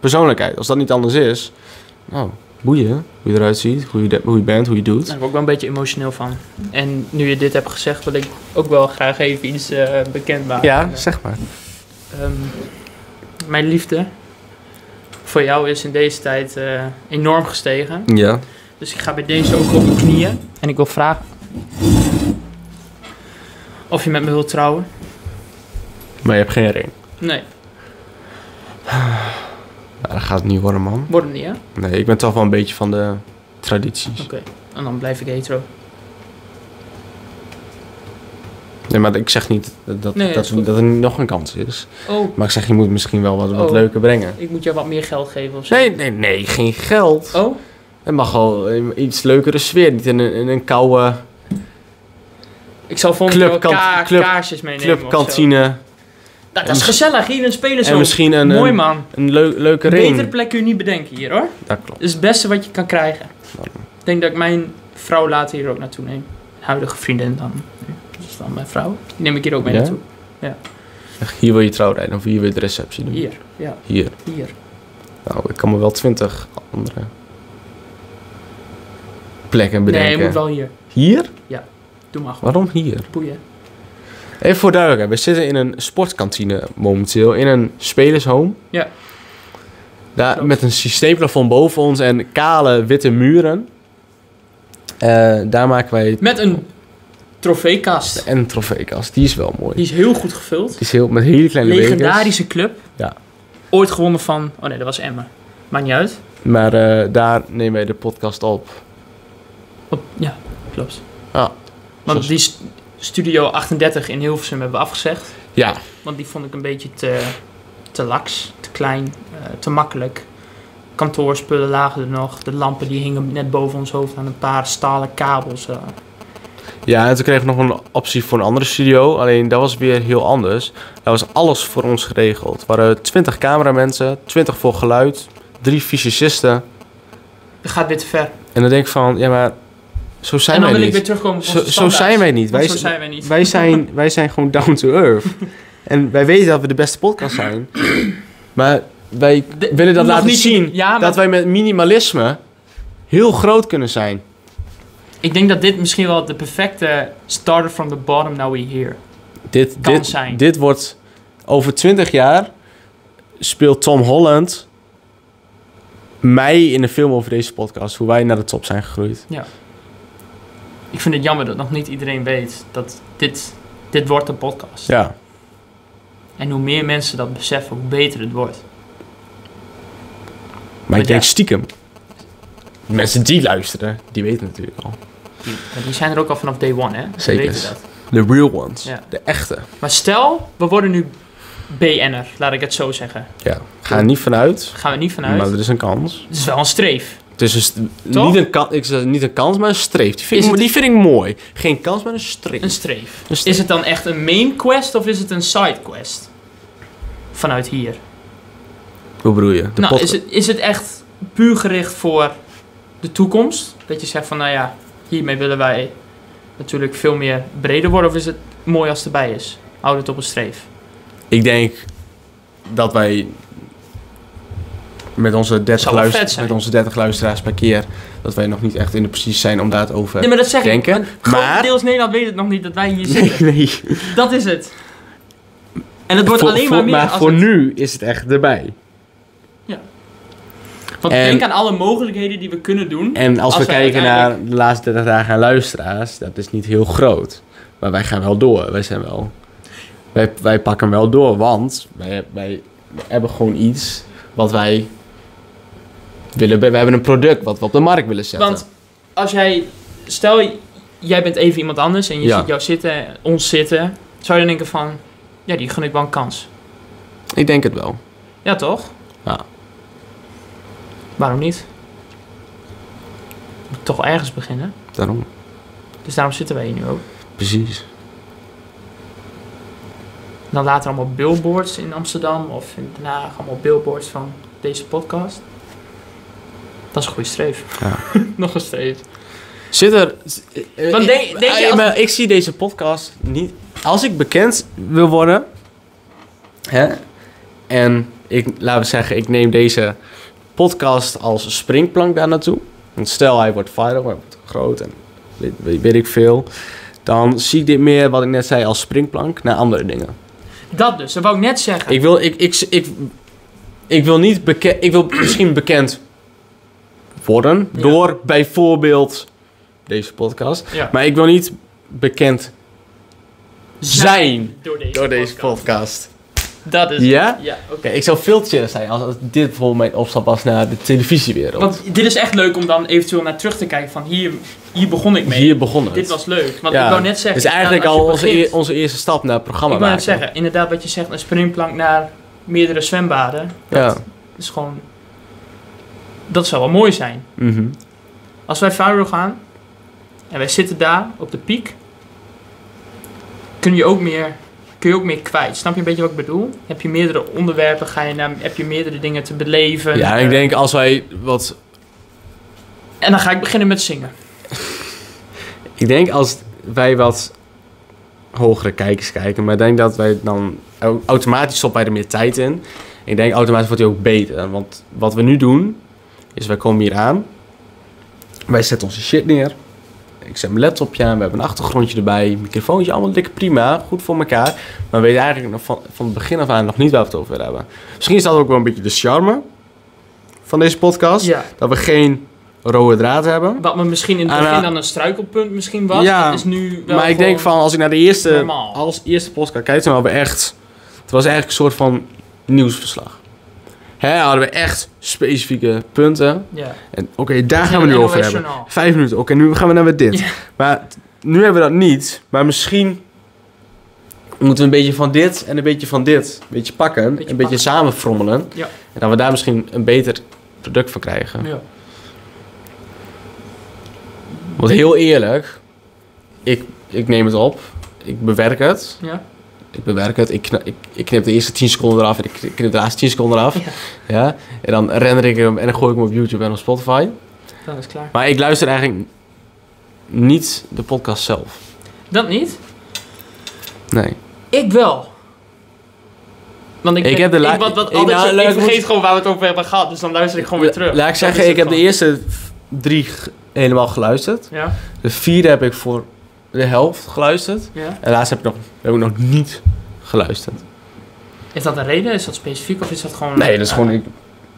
Speaker 2: persoonlijkheid, als dat niet anders is, nou, boeien, hoe je eruit ziet, hoe je, de- hoe je bent, hoe je doet.
Speaker 1: Daar word ik wel een beetje emotioneel van. En nu je dit hebt gezegd, wil ik ook wel graag even iets eh, bekend maken.
Speaker 2: zeg maar.
Speaker 1: Ehm, mijn liefde voor jou is in deze tijd eh, enorm gestegen.
Speaker 2: Ja.
Speaker 1: Dus ik ga bij deze ook op mijn knieën. En ik wil vragen of je met me wilt trouwen.
Speaker 2: Maar je hebt geen ring.
Speaker 1: Nee,
Speaker 2: Nou, dat gaat het niet worden, man.
Speaker 1: wordt hem niet, hè?
Speaker 2: Nee, ik ben toch wel een beetje van de tradities.
Speaker 1: En dan blijf ik hetero.
Speaker 2: Nee, maar ik zeg niet dat, dat,
Speaker 1: Nee,
Speaker 2: dat,
Speaker 1: is goed.
Speaker 2: dat er nog een kans is.
Speaker 1: Oh,
Speaker 2: Maar ik zeg, je moet misschien wel wat, wat
Speaker 1: Oh.
Speaker 2: leuker brengen.
Speaker 1: ik moet jou wat meer geld geven of zo.
Speaker 2: Nee, nee, nee, geen geld.
Speaker 1: Oh,
Speaker 2: Het mag wel een iets leukere sfeer. Niet in een, in een koude
Speaker 1: ik zal volgende keer wel
Speaker 2: Clubkant-
Speaker 1: ka-
Speaker 2: club-
Speaker 1: kaarsjes meenemen of zo.
Speaker 2: clubkantine.
Speaker 1: Dat, dat is gezellig, hier in spelen
Speaker 2: En
Speaker 1: zo.
Speaker 2: misschien een,
Speaker 1: Mooi
Speaker 2: een,
Speaker 1: man.
Speaker 2: een leu- leuke
Speaker 1: Een
Speaker 2: ring.
Speaker 1: betere plek kun je niet bedenken hier hoor.
Speaker 2: Dat klopt.
Speaker 1: Dat is het beste wat je kan krijgen. Ik denk dat ik mijn vrouw later hier ook naartoe neem. Huidige vriendin dan. Dat is dan mijn vrouw. Die neem ik hier ook mee
Speaker 2: Ja?
Speaker 1: naartoe.
Speaker 2: Echt, Hier wil je trouwrijden of hier wil je de receptie doen.
Speaker 1: Hier, ja,
Speaker 2: Hier.
Speaker 1: hier.
Speaker 2: Nou, ik kan me wel twintig andere plekken
Speaker 1: Nee,
Speaker 2: bedenken.
Speaker 1: je moet wel hier.
Speaker 2: Hier?
Speaker 1: Doe maar gewoon.
Speaker 2: Waarom hier?
Speaker 1: Boeien.
Speaker 2: Even voor duidelijkheid. We zitten in een sportkantine momenteel. In een spelershome.
Speaker 1: Ja.
Speaker 2: Daar,
Speaker 1: Klopt.
Speaker 2: met een systeemplafond boven ons en kale witte muren. Eh, daar maken wij
Speaker 1: Met een trofeekast.
Speaker 2: en een trofeekast. Die is wel mooi.
Speaker 1: Die is heel goed gevuld.
Speaker 2: Die is heel, met hele kleine bekers.
Speaker 1: Legendarische club.
Speaker 2: Ja.
Speaker 1: Ooit gewonnen van... Oh nee, dat was Emma. Maakt niet uit.
Speaker 2: Maar eh, daar nemen wij de podcast op.
Speaker 1: Op- ja, klopt.
Speaker 2: Ja.
Speaker 1: Want
Speaker 2: Zoals-
Speaker 1: die s- Studio 38 in Hilversum hebben we afgezegd.
Speaker 2: Ja,
Speaker 1: Want die vond ik een beetje te, te laks, te klein, eh, te makkelijk. Kantoorspullen lagen er nog. De lampen die hingen net boven ons hoofd aan een paar stalen kabels. eh.
Speaker 2: Ja, en toen kregen we nog een optie voor een andere studio. Alleen dat was weer heel anders. Daar was alles voor ons geregeld. Er waren 20 cameramensen, 20 voor geluid, drie fysicisten.
Speaker 1: Dat gaat weer te ver.
Speaker 2: En dan denk ik van, ja maar, zo zijn
Speaker 1: en dan
Speaker 2: wij
Speaker 1: wil
Speaker 2: niet.
Speaker 1: ik weer terugkomen op onze
Speaker 2: zo, zo
Speaker 1: standaard.
Speaker 2: zijn wij niet.
Speaker 1: Want
Speaker 2: Wij,
Speaker 1: zo zijn wij niet.
Speaker 2: wij,
Speaker 1: (laughs)
Speaker 2: zijn, wij zijn gewoon down to earth. en wij weten dat we de beste podcast zijn. Maar wij
Speaker 1: De-
Speaker 2: willen dat
Speaker 1: nog
Speaker 2: laten
Speaker 1: niet
Speaker 2: zien.
Speaker 1: Ja, maar
Speaker 2: Dat wij met minimalisme heel groot kunnen zijn.
Speaker 1: ik denk dat dit misschien wel de perfecte starter from the bottom now we here.
Speaker 2: Dit,
Speaker 1: Kan
Speaker 2: dit,
Speaker 1: zijn.
Speaker 2: dit wordt over 20 jaar speelt Tom Holland mij in een film over deze podcast, hoe wij naar de top zijn gegroeid.
Speaker 1: Ik vind het jammer dat nog niet iedereen weet dat dit, dit wordt een podcast.
Speaker 2: Ja.
Speaker 1: En hoe meer mensen dat beseffen, hoe beter het wordt.
Speaker 2: Maar
Speaker 1: ja.
Speaker 2: ik denk stiekem. Mensen die luisteren, die weten natuurlijk al.
Speaker 1: Die, die zijn er ook al vanaf day one, hè? Ze
Speaker 2: Zeker.
Speaker 1: weten dat.
Speaker 2: De real ones.
Speaker 1: Ja.
Speaker 2: De echte.
Speaker 1: Maar stel, we worden nu BN'er, laat ik het zo zeggen.
Speaker 2: Ja. Ga er niet vanuit,
Speaker 1: Daar gaan we niet vanuit.
Speaker 2: maar er is een kans.
Speaker 1: Het is wel een streef.
Speaker 2: Het is een st-
Speaker 1: Toch?
Speaker 2: niet, een kan, ik zeg niet een kans, maar een streef. Die vind,
Speaker 1: Is
Speaker 2: ik,
Speaker 1: het-
Speaker 2: die vind ik mooi. Geen kans, maar een streef.
Speaker 1: Een streef.
Speaker 2: Een streef.
Speaker 1: Is het dan echt een main quest of is het een side quest? Vanuit hier.
Speaker 2: Hoe bedoel je? De
Speaker 1: nou,
Speaker 2: podcast-
Speaker 1: is het, is het echt puur gericht voor de toekomst? Dat je zegt van, nou ja, hiermee willen wij natuurlijk veel meer breder worden. Of is het mooi als het erbij is? Houd het op een streef.
Speaker 2: Ik denk dat wij met onze 30,
Speaker 1: Zou wel
Speaker 2: luister-
Speaker 1: vet zijn.
Speaker 2: met onze 30 luisteraars per keer, dat wij nog niet echt in de precies zijn om daar het over
Speaker 1: Nee, maar dat zeg
Speaker 2: denken,
Speaker 1: ik. want
Speaker 2: maar-
Speaker 1: Deels Nederland weet het nog niet dat wij hier
Speaker 2: Nee, (laughs)
Speaker 1: zitten.
Speaker 2: nee.
Speaker 1: Dat is het. En het wordt
Speaker 2: Voor-
Speaker 1: alleen
Speaker 2: voor-
Speaker 1: maar meer als
Speaker 2: voor
Speaker 1: het-
Speaker 2: nu is het echt erbij.
Speaker 1: Want
Speaker 2: En-
Speaker 1: denk aan alle mogelijkheden die we kunnen doen.
Speaker 2: En als,
Speaker 1: Als
Speaker 2: we
Speaker 1: wij
Speaker 2: kijken
Speaker 1: uiteindelijk-
Speaker 2: naar de laatste 30 dagen aan luisteraars, dat is niet heel groot. Maar wij gaan wel door. Wij zijn wel. Wij, wij pakken wel door, want wij, wij hebben gewoon iets wat wij willen. We hebben een product wat we op de markt willen zetten.
Speaker 1: Want als jij, stel jij bent even iemand anders en je
Speaker 2: Ja.
Speaker 1: ziet jou zitten, ons zitten, zou je dan denken van, ja, die gun ik wel een kans.
Speaker 2: Ik denk het wel.
Speaker 1: Ja, toch?
Speaker 2: Ja.
Speaker 1: Waarom niet? Moet toch ergens beginnen.
Speaker 2: Daarom.
Speaker 1: Dus daarom zitten wij hier nu ook.
Speaker 2: Precies.
Speaker 1: En dan later allemaal billboards in Amsterdam of in Den Haag, allemaal billboards van deze podcast. Dat is een goede streef.
Speaker 2: Ja.
Speaker 1: (laughs) Nog een streef.
Speaker 2: Zit er... eh,
Speaker 1: Want
Speaker 2: ik-
Speaker 1: denk- denk je
Speaker 2: eh,
Speaker 1: als-
Speaker 2: maar ik zie deze podcast niet... Als ik bekend wil worden... Hè, en ik, laten we zeggen, ik neem deze podcast als springplank daar naartoe. Want stel, hij wordt viral, hij wordt groot en weet, weet- weet ik veel. Dan zie ik dit meer, wat ik net zei, als springplank naar andere dingen.
Speaker 1: Dat dus, dat wou ik net zeggen.
Speaker 2: Ik wil, ik, ik, ik, ik wil niet bekend. Ik wil misschien bekend worden
Speaker 1: Ja.
Speaker 2: door bijvoorbeeld deze podcast.
Speaker 1: Ja.
Speaker 2: Maar ik wil niet bekend zijn
Speaker 1: Door deze,
Speaker 2: door deze podcast.
Speaker 1: Dat is
Speaker 2: Ja?
Speaker 1: Ja, oké.
Speaker 2: Oké, ik zou veel chiller zijn als als dit bijvoorbeeld mijn opstap was naar de televisiewereld.
Speaker 1: Want dit is echt leuk om dan eventueel naar terug te kijken van hier, hier begon ik mee.
Speaker 2: Hier begonnen
Speaker 1: Dit was leuk. Want
Speaker 2: Ja.
Speaker 1: ik wou net zeggen...
Speaker 2: Dus eigenlijk
Speaker 1: inderdaad,
Speaker 2: al
Speaker 1: als je
Speaker 2: onze,
Speaker 1: begint-
Speaker 2: eer- onze eerste stap naar het programma
Speaker 1: Ik wou net
Speaker 2: maken.
Speaker 1: zeggen, inderdaad wat je zegt, een springplank naar meerdere zwembaden.
Speaker 2: Ja.
Speaker 1: is gewoon... Dat zou wel mooi zijn.
Speaker 2: Mhm.
Speaker 1: Als wij viral gaan en wij zitten daar op de piek, kun je ook meer, kun je ook meer kwijt. Snap je een beetje wat ik bedoel? Heb je meerdere onderwerpen, ga je naar, heb je meerdere dingen te beleven.
Speaker 2: ja,
Speaker 1: Eh,
Speaker 2: ik denk als wij wat
Speaker 1: En dan ga ik beginnen met zingen.
Speaker 2: Ik denk als wij wat hogere kijkers kijken, maar ik denk dat wij dan au- automatisch stoppen wij er meer tijd in. Ik denk automatisch wordt hij ook beter, want wat we nu doen is wij komen hier aan, wij zetten onze shit neer. Ik zet mijn laptopje aan, we hebben een achtergrondje erbij, microfoontje, allemaal lekker prima, goed voor elkaar. Maar we weten eigenlijk nog van, van het begin af aan nog niet waar we het over hebben. Misschien is dat ook wel een beetje de charme van deze podcast,
Speaker 1: Ja.
Speaker 2: dat we geen rode draad hebben.
Speaker 1: Wat me misschien in het
Speaker 2: Ah, nou-
Speaker 1: begin dan een struikelpunt misschien was,
Speaker 2: Ja,
Speaker 1: dat is nu wel
Speaker 2: maar ik
Speaker 1: gewoon-
Speaker 2: denk van, als ik naar de eerste,
Speaker 1: normaal.
Speaker 2: als eerste podcast kijk, toen hadden we echt... Het was eigenlijk een soort van nieuwsverslag. Hè, hadden we echt specifieke punten.
Speaker 1: Ja.
Speaker 2: En oké, daar gaan we nu
Speaker 1: Het
Speaker 2: over hebben.
Speaker 1: NOS-journaal.
Speaker 2: Vijf minuten, oké, nu gaan we naar weer dit.
Speaker 1: Ja.
Speaker 2: Maar nu hebben we dat niet, maar misschien moeten we een beetje van dit en een beetje van dit. Een beetje pakken,
Speaker 1: Beetje
Speaker 2: een beetje
Speaker 1: pakken.
Speaker 2: samen frommelen.
Speaker 1: Ja.
Speaker 2: En dat we daar misschien een beter product van krijgen.
Speaker 1: Ja.
Speaker 2: Want heel eerlijk, ik, ik neem het op, ik bewerk het.
Speaker 1: Ja.
Speaker 2: Ik bewerk het, ik, kna- ik, ik knip de eerste 10 seconden eraf en ik knip de laatste 10 seconden eraf.
Speaker 1: Ja.
Speaker 2: Ja? En dan render ik hem en dan gooi ik hem op YouTube en op Spotify.
Speaker 1: Dan is het klaar.
Speaker 2: Maar ik luister eigenlijk niet de podcast zelf.
Speaker 1: Dat niet?
Speaker 2: Nee.
Speaker 1: Ik wel. Want ik,
Speaker 2: Ik
Speaker 1: ben-
Speaker 2: heb de la-
Speaker 1: wat, wat
Speaker 2: ik-
Speaker 1: altijd
Speaker 2: nou,
Speaker 1: zo-
Speaker 2: laat
Speaker 1: ik
Speaker 2: ik
Speaker 1: vergeet
Speaker 2: moet-
Speaker 1: gewoon waar we het over hebben gehad, dus dan luister ik gewoon weer terug.
Speaker 2: Laat ik
Speaker 1: Dat is
Speaker 2: zeggen,
Speaker 1: het
Speaker 2: ik heb de
Speaker 1: gewoon.
Speaker 2: eerste v- drie g- helemaal geluisterd.
Speaker 1: Ja,
Speaker 2: De vierde heb ik voor de helft geluisterd.
Speaker 1: ja.
Speaker 2: En de laatste heb ik nog, heb ik nog niet geluisterd.
Speaker 1: Is dat een reden? Is dat specifiek of is dat gewoon...
Speaker 2: Nee, dat is
Speaker 1: eh,
Speaker 2: gewoon... ik-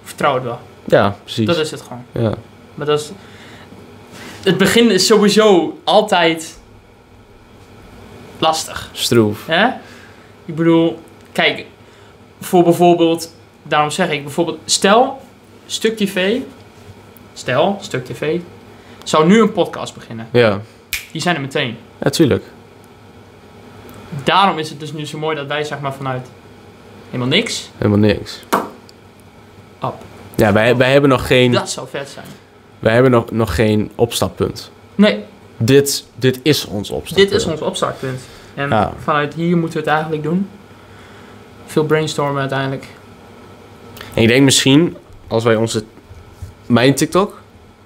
Speaker 1: Vertrouw het wel.
Speaker 2: ja, precies.
Speaker 1: Dat is het gewoon.
Speaker 2: ja.
Speaker 1: Maar dat is... Het begin is sowieso altijd lastig.
Speaker 2: Stroef.
Speaker 1: Hè? Ik bedoel, kijk, voor bijvoorbeeld, daarom zeg ik bijvoorbeeld, stel, stuk tv, stel, stuk tv, zou nu een podcast beginnen.
Speaker 2: Ja,
Speaker 1: Die zijn er meteen.
Speaker 2: natuurlijk.
Speaker 1: Daarom is het dus nu zo mooi dat wij zeg maar vanuit helemaal niks,
Speaker 2: Helemaal niks.
Speaker 1: App.
Speaker 2: Ja, wij, wij hebben nog geen,
Speaker 1: dat zou vet zijn.
Speaker 2: wij hebben nog, nog geen opstappunt.
Speaker 1: Nee,
Speaker 2: Dit, dit is ons opstappunt.
Speaker 1: dit is ons opstartpunt. En
Speaker 2: Ja.
Speaker 1: vanuit hier moeten we het eigenlijk doen. Veel brainstormen uiteindelijk.
Speaker 2: En ik denk misschien, als wij onze... Mijn TikTok,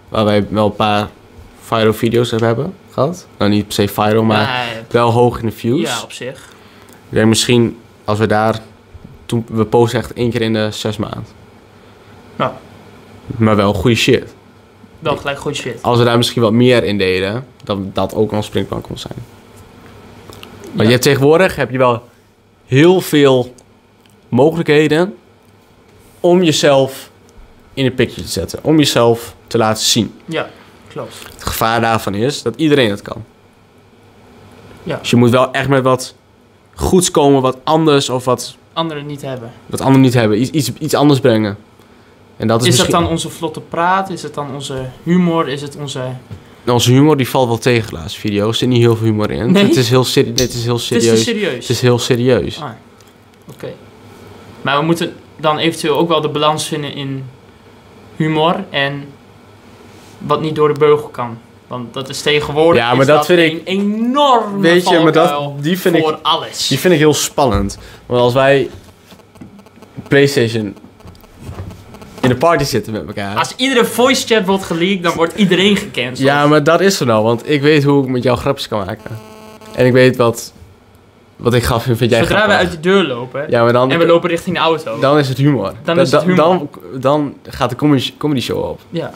Speaker 2: waar wij wel een paar viral video's hebben- hebben gehad. Nou, niet per se viral, maar
Speaker 1: Nee,
Speaker 2: wel hoog in de views.
Speaker 1: ja, op zich.
Speaker 2: Ik denk misschien, als we daar... Toen, we posten echt één keer in de zes maand.
Speaker 1: Nou.
Speaker 2: Maar wel goede shit.
Speaker 1: Wel gelijk goed shit.
Speaker 2: Als we daar misschien wat meer in deden, dan dat ook ons springplank kon zijn. Want
Speaker 1: Ja.
Speaker 2: je hebt tegenwoordig heb je wel heel veel mogelijkheden om jezelf in een picture te zetten. Om jezelf te laten zien.
Speaker 1: Ja, klopt.
Speaker 2: Het gevaar daarvan is dat iedereen het kan.
Speaker 1: Ja.
Speaker 2: Dus je moet wel echt met wat goeds komen, wat anders of wat,
Speaker 1: Anderen niet hebben.
Speaker 2: wat anderen niet hebben. Iets, iets, iets anders brengen. En dat
Speaker 1: Is,
Speaker 2: is, misschien...
Speaker 1: dat dan onze vlotte praat? Is het dan onze humor? Is het onze...
Speaker 2: Onze humor die valt wel tegen de laatste video. Er zit niet heel veel humor in.
Speaker 1: Nee?
Speaker 2: Het is heel seri- dit is heel
Speaker 1: Het is te
Speaker 2: serieus.
Speaker 1: serieus.
Speaker 2: Het is heel serieus.
Speaker 1: Ah, Oké. Maar we moeten dan eventueel ook wel de balans vinden in humor en wat niet door de beugel kan. Want dat is tegenwoordig
Speaker 2: Ja, maar
Speaker 1: is
Speaker 2: dat vind ik-
Speaker 1: een enorme
Speaker 2: Weet je, maar
Speaker 1: valkuil
Speaker 2: dat, die vind ik
Speaker 1: voor alles.
Speaker 2: Die vind ik heel spannend. Want als wij PlayStation in de party zitten met elkaar.
Speaker 1: Als iedere voice chat wordt geleakt, dan wordt iedereen gecanceld.
Speaker 2: ja, maar dat is er nou, want ik weet hoe ik met jou grapjes kan maken. En ik weet wat, wat ik grappig vind, vind jij
Speaker 1: Zodra we
Speaker 2: grappig.
Speaker 1: uit de deur lopen
Speaker 2: Ja, maar dan,
Speaker 1: en we lopen richting de auto.
Speaker 2: dan is het humor.
Speaker 1: Dan is het humor.
Speaker 2: Dan, dan gaat de comedy, comedy show op.
Speaker 1: ja,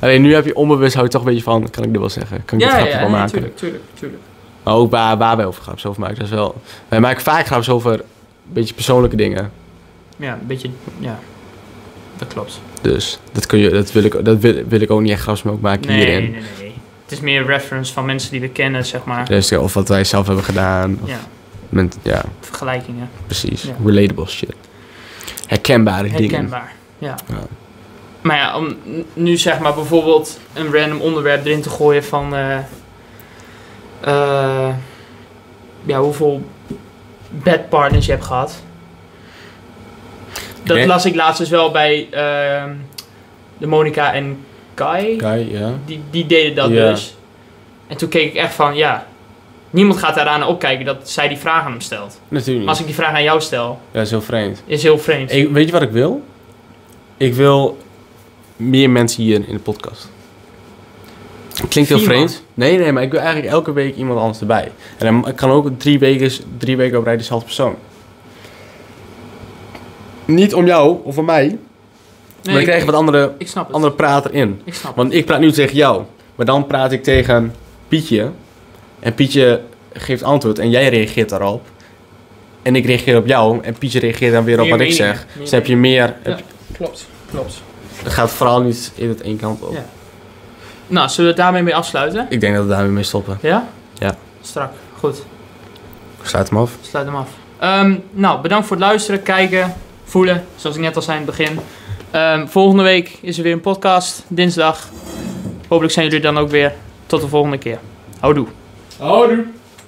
Speaker 2: Alleen nu heb je onbewust, hou je toch een beetje van, kan ik dit wel zeggen? Kan ik dit
Speaker 1: ja, ja,
Speaker 2: grapje
Speaker 1: ja,
Speaker 2: wel
Speaker 1: nee,
Speaker 2: maken?
Speaker 1: tuurlijk, tuurlijk, tuurlijk.
Speaker 2: Maar ook waar, waar wij over grapjes over maken, dat is wel... Wij maken vaak grapjes over een beetje persoonlijke dingen.
Speaker 1: Ja, een beetje, ja. Dat klopt.
Speaker 2: Dus dat, kun je, dat, wil, ik, dat wil, wil ik ook niet echt grapjes mee ook maken
Speaker 1: Nee,
Speaker 2: hierin.
Speaker 1: nee, nee, nee. Het is meer reference van mensen die we kennen, zeg maar.
Speaker 2: Dus, ja, of wat wij zelf hebben gedaan. Of
Speaker 1: Ja,
Speaker 2: Met, ja,
Speaker 1: vergelijkingen.
Speaker 2: precies.
Speaker 1: Ja.
Speaker 2: Relatable shit. Herkenbare dingen.
Speaker 1: Herkenbaar. Ja.
Speaker 2: Ja.
Speaker 1: Maar ja, om n- nu zeg maar bijvoorbeeld een random onderwerp erin te gooien van... eh, eh, ja, hoeveel bedpartners je hebt gehad. Dat
Speaker 2: Nee.
Speaker 1: las ik laatst dus wel bij ehm, de Monica en Kai.
Speaker 2: Kai, ja.
Speaker 1: Die, die deden dat
Speaker 2: Ja.
Speaker 1: dus. En toen keek ik echt van, ja... Niemand gaat daaraan opkijken dat zij die vraag aan hem stelt.
Speaker 2: Natuurlijk
Speaker 1: Maar als ik die vraag aan jou stel,
Speaker 2: Ja, is heel vreemd.
Speaker 1: is heel vreemd.
Speaker 2: Mm. Ik, weet je wat ik wil? Ik wil meer mensen hier in de podcast. Klinkt heel
Speaker 1: Vier man.
Speaker 2: vreemd. Nee, nee, maar ik wil eigenlijk elke week iemand anders erbij. En dan kan ook drie weken, drie weken op rij dezelfde persoon. Niet om jou of om mij, maar dan
Speaker 1: ik-
Speaker 2: krijg je wat andere,
Speaker 1: Ik snap het.
Speaker 2: andere prater in.
Speaker 1: Ik snap het.
Speaker 2: Want ik praat nu tegen jou. Maar dan praat ik tegen Pietje. En Pietje geeft antwoord en jij reageert daarop. En ik reageer op jou en Pietje reageert dan weer op
Speaker 1: Meer
Speaker 2: wat ik
Speaker 1: meningen,
Speaker 2: zeg.
Speaker 1: meer
Speaker 2: Dus heb je meer... heb je-
Speaker 1: Klopt, klopt.
Speaker 2: het gaat vooral niet in het één kant op.
Speaker 1: Ja. Nou, zullen we het daarmee mee afsluiten?
Speaker 2: Ik denk dat we daarmee mee stoppen.
Speaker 1: Ja?
Speaker 2: Ja.
Speaker 1: Strak. Goed,
Speaker 2: Ik sluit hem af.
Speaker 1: sluit hem af. Ehm, nou, bedankt voor het luisteren, kijken, voelen, zoals ik net al zei in het begin. Ehm, volgende week is er weer een podcast, dinsdag. Hopelijk zijn jullie er dan ook weer. Tot de volgende keer. Houdoe.
Speaker 4: Houdoe.